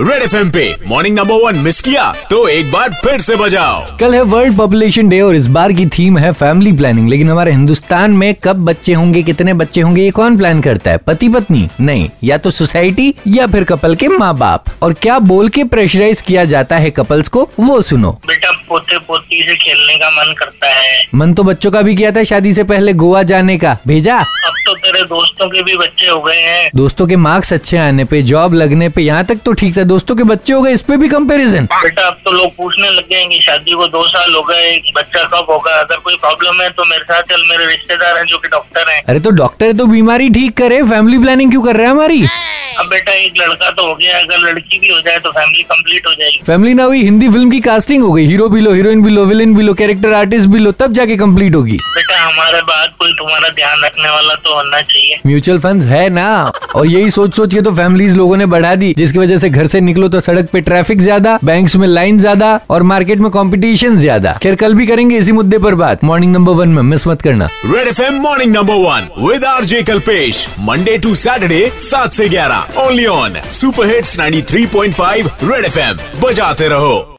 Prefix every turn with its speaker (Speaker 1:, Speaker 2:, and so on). Speaker 1: red F पे morning number one miss किया तो एक बार फिर से बजाओ
Speaker 2: कल है वर्ल्ड पॉपुलेशन डे और इस बार की थीम है फैमिली प्लानिंग लेकिन हमारे हिंदुस्तान में कब बच्चे होंगे कितने बच्चे होंगे ये कौन प्लान करता है पति पत्नी नहीं या तो सोसाइटी या फिर कपल के माँ बाप और क्या बोल के प्रेशराइज किया जाता है कपल्स को वो सुनो
Speaker 3: बेटा पोते पोती से खेलने का मन करता है
Speaker 2: मन तो बच्चों का भी किया था शादी से पहले गोवा जाने का भेजा
Speaker 3: अब तो तेरे दोस्तों के भी बच्चे हो गए हैं
Speaker 2: दोस्तों के मार्क्स अच्छे आने पे जॉब लगने पे यहाँ तक तो ठीक था दोस्तों के बच्चे हो गए इस पे भी कंपैरिजन
Speaker 3: बेटा अब तो लोग पूछने लग गए हैं कि शादी को दो साल हो गए बच्चा कब होगा अगर कोई प्रॉब्लम है तो मेरे साथ चल मेरे रिश्तेदार हैं जो कि डॉक्टर हैं
Speaker 2: अरे तो डॉक्टर तो बीमारी ठीक करे फैमिली प्लानिंग क्यों कर रहा है हमारी
Speaker 3: अब बेटा एक लड़का तो हो गया अगर लड़की भी हो जाए तो फैमिली कंप्लीट हो जाएगी
Speaker 2: फैमिली ना हुई हिंदी फिल्म की कास्टिंग हो गई हीरो भी लो हीरोइन भी लो विलेन भी लो कैरेक्टर आर्टिस्ट भी लो तब जाके कंप्लीट होगी
Speaker 3: बेटा हमारे बाद कोई तुम्हारा ध्यान रखने वाला तो होना चाहिए
Speaker 2: म्यूचुअल फंड्स है ना और यही सोच सोच के तो फैमिलीज लोगों ने बढ़ा दी जिसकी वजह से घर से निकलो तो सड़क पे ट्रैफिक ज्यादा बैंक्स में लाइन ज्यादा और मार्केट में कंपटीशन ज्यादा खैर कल भी करेंगे इसी मुद्दे पर बात मॉर्निंग नंबर वन में मिस मत करना
Speaker 1: Red F morning number one with R J Kalpesh Monday to Saturday सात से ग्यारह only on super hits 93.5 Red F बजाते रहो